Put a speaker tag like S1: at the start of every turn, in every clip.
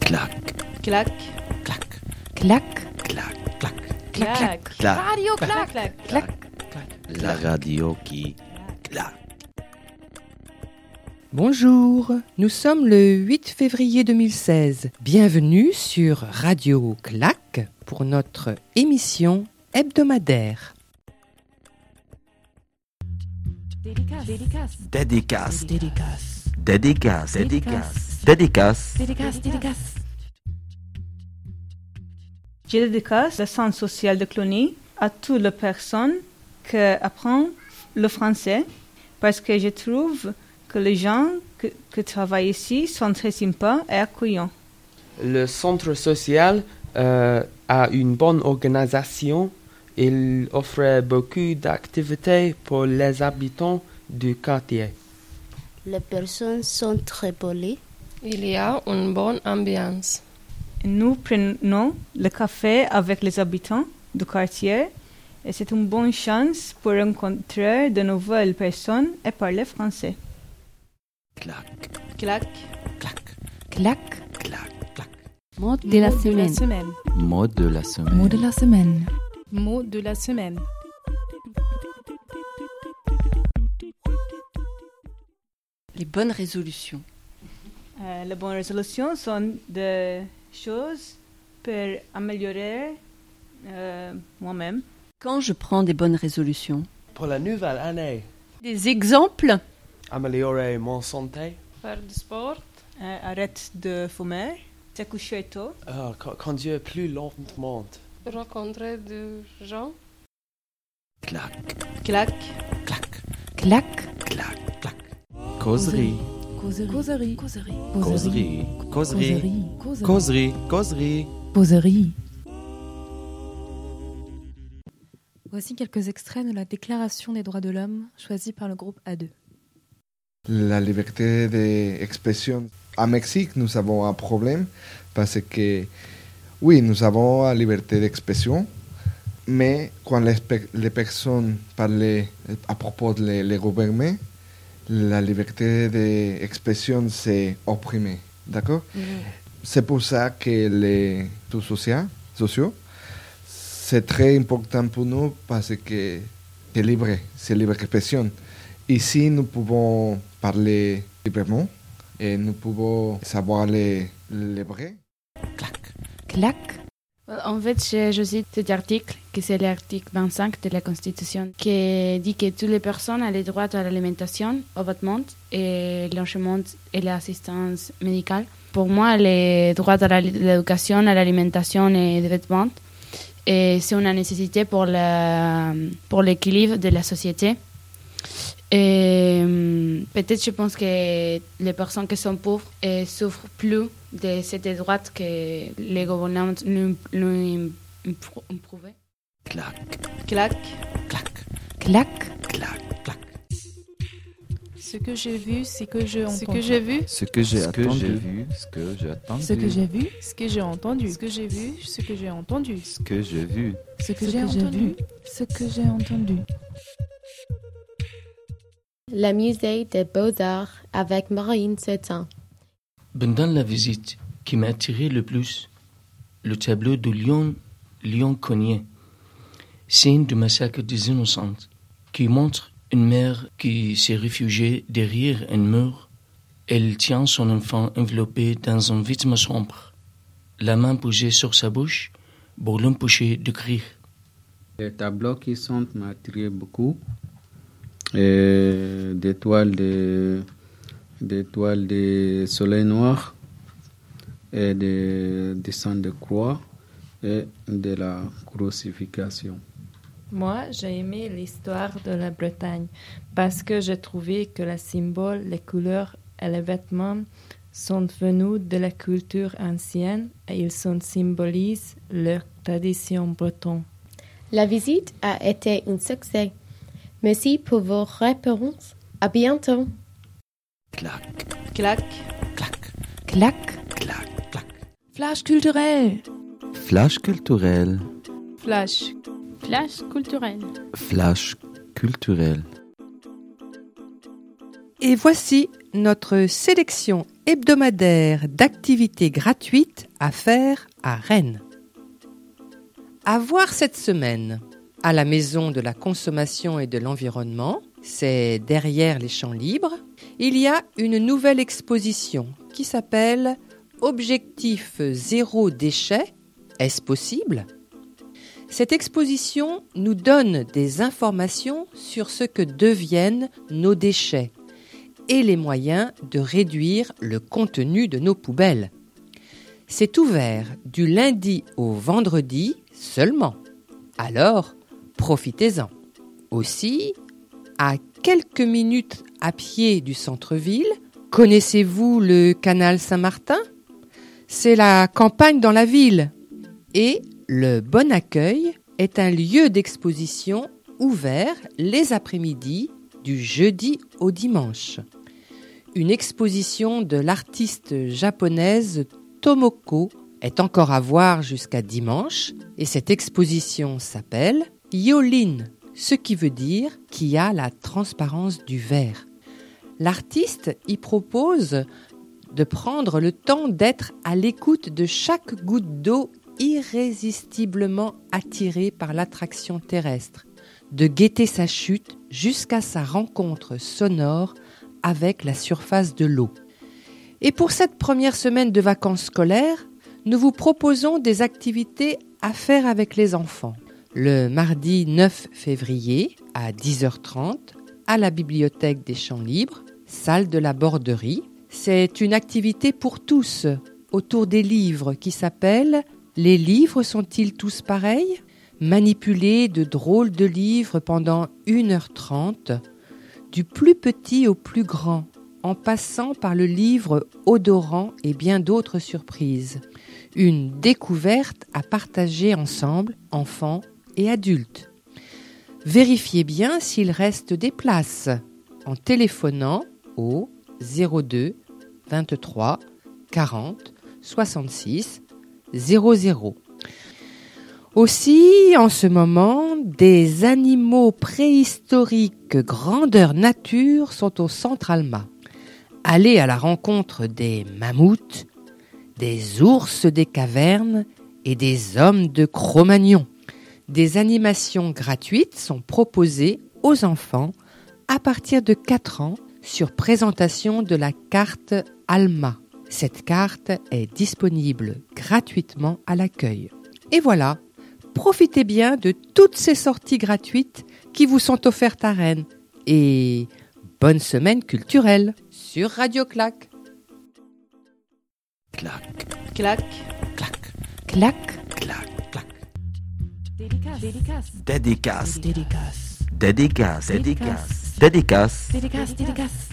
S1: Clac,
S2: Clac,
S1: clac,
S3: Clac,
S1: clac, clac,
S3: clac, clac,
S2: clac.
S1: Clac.
S2: Radio clac, clac.
S3: clac.
S1: La radio qui clac.
S3: Bonjour, nous sommes le 8 février 2016. Bienvenue sur Radio Clac pour notre émission hebdomadaire.
S1: Dédicace. Dédicace. Dédicace. Dédicace.
S4: Je dédicace le Centre social de Cluny à toutes les personnes qui apprennent le français parce que je trouve que les gens que- qui travaillent ici sont très sympas et accueillants.
S5: Le centre social euh, a une bonne organisation. Il offre beaucoup d'activités pour les habitants du quartier.
S6: Les personnes sont très polies.
S7: Il y a une bonne ambiance.
S4: Nous prenons le café avec les habitants du quartier et c'est une bonne chance pour rencontrer de nouvelles personnes et parler français.
S1: Clac,
S2: Clac.
S1: clac,
S3: Clac,
S1: clac, clac.
S8: Mot de la semaine.
S1: Mot de la semaine.
S3: la semaine.
S2: Mot de la semaine.
S8: Les bonnes résolutions.
S4: Euh, les bonnes résolutions sont des choses pour améliorer euh, moi-même.
S8: Quand je prends des bonnes résolutions
S5: Pour la nouvelle année,
S8: Des exemples
S5: améliorer mon santé.
S7: Faire du sport.
S4: Euh, arrête de fumer, te coucher tôt,
S5: Euh, con- conduire plus lentement.
S7: Rencontrer des gens.
S1: Clac,
S2: Clac.
S1: clac,
S3: Clac,
S1: clac, clac. Causerie.
S3: causerie,
S1: Causerie. Causerie. Causerie. Causerie.
S3: causerie.
S9: Voici quelques extraits de la Déclaration des droits de l'homme choisie par le groupe A2.
S10: la liberté d'expression. À Mexique, nous avons un problème parce que, oui, nous avons la liberté d'expression, mais quand les, pe- les personnes parlent à propos de les, les gouvernements, la liberté d'expression c'est opprimée, d'accord C'est pour ça que les tout sociaux, sociaux c'est très important pour nous parce que c'est libre, c'est libre expression. Ici, nous pouvons parler eh, librement et nous pouvons savoir les, les vrais.
S1: Clac.
S3: Clac,
S11: Euh, En fait, je, je cite cet article, que c'est l'article 25 de la Constitution, qui dit que toutes les personnes ont le droit à l'alimentation, au vêtement, et l'enseignement et l'assistance médicale. Pour moi, les droits à la- l'éducation, à l'alimentation et aux vêtements, et c'est une nécessité pour la- pour l'équilibre de la société. Et hum, peut-être je pense que les personnes qui sont pauvres eh, souffrent plus de cette droite que les gouvernements nous, nous impro- improuvaient.
S1: Clac,
S2: Clac.
S1: clac,
S3: clac,
S1: clac, clac.
S9: Ce que j'ai vu, c'est que je
S11: Ce que j'ai vu,
S1: Ce que j'ai attendu.
S12: ce que j'ai attendu,
S9: Ce que j'ai vu,
S11: ce que j'ai entendu,
S9: ce que j'ai vu, ce que j'ai entendu,
S12: ce que j'ai vu.
S9: ce que j'ai entendu, ce que j'ai entendu.
S6: La musée des beaux-arts avec Marine Setan.
S12: Pendant la visite, qui m'a attiré le plus, le tableau de Lyon, Lyon cogné, signe du massacre des innocentes, qui montre une mère qui s'est réfugiée derrière un mur. Elle tient son enfant enveloppé dans un vêtement sombre, la main posée sur sa bouche pour l'empêcher de crier.
S13: Des tableaux qui sont m'attirent beaucoup. Et des toiles de, des toiles de soleil noir et des dessins de croix et de la crucifixion.
S14: Moi, j'ai aimé l'histoire de la Bretagne parce que j'ai trouvé que les symboles, les couleurs et les vêtements sont venus de la culture ancienne et ils sont- symbolisent leur tradition bretonne.
S6: La visite a été un succès. Merci pour vos réponses. À bientôt.
S1: Clac,
S2: Clac.
S1: clac,
S3: clac,
S1: clac, clac.
S9: Flash culturel.
S1: Flash culturel.
S9: Flash.
S11: flash culturel.
S1: Flash culturel.
S3: Et voici notre sélection hebdomadaire d'activités gratuites à faire à Rennes. À voir cette semaine, à la Maison de la Consommation et de l'Environnement, c'est derrière les champs libres, il y a une nouvelle exposition qui s'appelle Objectif zéro déchet, est-ce possible cette exposition nous donne des informations sur ce que deviennent nos déchets et les moyens de réduire le contenu de nos poubelles. C'est ouvert du lundi au vendredi seulement. Alors, profitez-en. Aussi, à quelques minutes à pied du centre-ville, connaissez-vous le canal Saint-Martin C'est la campagne dans la ville. Et le Bon Accueil est un lieu d'exposition ouvert les après-midi du jeudi au dimanche. Une exposition de l'artiste japonaise Tomoko est encore à voir jusqu'à dimanche et cette exposition s'appelle Yolin, ce qui veut dire qui a la transparence du verre. L'artiste y propose de prendre le temps d'être à l'écoute de chaque goutte d'eau irrésistiblement attiré par l'attraction terrestre, de guetter sa chute jusqu'à sa rencontre sonore avec la surface de l'eau. Et pour cette première semaine de vacances scolaires, nous vous proposons des activités à faire avec les enfants. Le mardi 9 février à 10h30 à la bibliothèque des Champs Libres, salle de la Borderie, c'est une activité pour tous autour des livres qui s'appelle les livres sont-ils tous pareils Manipuler de drôles de livres pendant 1h30, du plus petit au plus grand, en passant par le livre odorant et bien d'autres surprises. Une découverte à partager ensemble, enfants et adultes. Vérifiez bien s'il reste des places en téléphonant au 02 23 40 66 00. Aussi, en ce moment, des animaux préhistoriques grandeur nature sont au centre Alma. Allez à la rencontre des mammouths, des ours des cavernes et des hommes de Cro-Magnon. Des animations gratuites sont proposées aux enfants à partir de 4 ans sur présentation de la carte Alma. Cette carte est disponible gratuitement à l'accueil. Et voilà, profitez bien de toutes ces sorties gratuites qui vous sont offertes à Rennes. Et bonne semaine culturelle sur Radio Clac.
S1: Clac,
S2: clac,
S1: clac,
S9: clac,
S1: clac, clac.
S9: Dédicace. Dédicace.
S1: Dédicace. Dédicace.
S9: Dédicace.
S1: Dédicace.
S9: Dédicace, dédicace.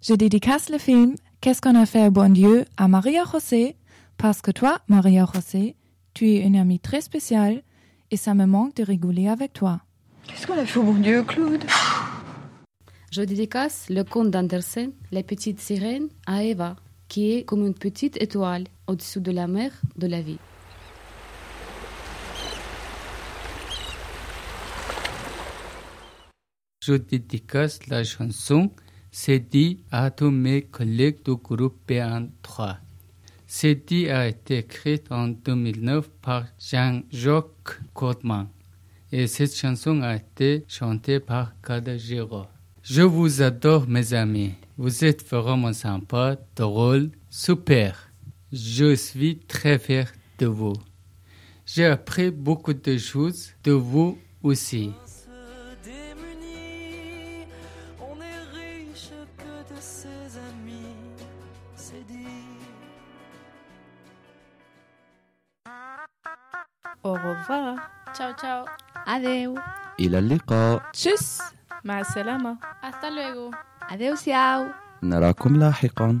S9: Je dédicace le film Qu'est-ce qu'on a fait au bon Dieu à Maria José parce que toi, Maria José, tu es une amie très spéciale et ça me manque de rigoler avec toi.
S15: Qu'est-ce qu'on a fait au bon Dieu, Claude
S11: Je dédicace le conte d'Andersen, Les petites sirènes, à Eva, qui est comme une petite étoile au-dessous de la mer de la vie.
S16: Je dédicace la chanson C'est dit à tous mes collègues du groupe BN3. C'est dit a été écrite en 2009 par Jean-Jacques Goldman et cette chanson a été chantée par Giraud. Je vous adore, mes amis. Vous êtes vraiment sympa, drôle, super. Je suis très fier de vous. J'ai appris beaucoup de choses de vous aussi.
S17: démunis, on est riche que de ses amis, c'est dit.
S9: Au revoir.
S7: Ciao, ciao.
S9: Adeu.
S1: إلى اللقاء
S9: Tschüss.
S2: مع السلامة.
S7: Hasta luego.
S9: Adios, ciao.
S1: نراكم لاحقاً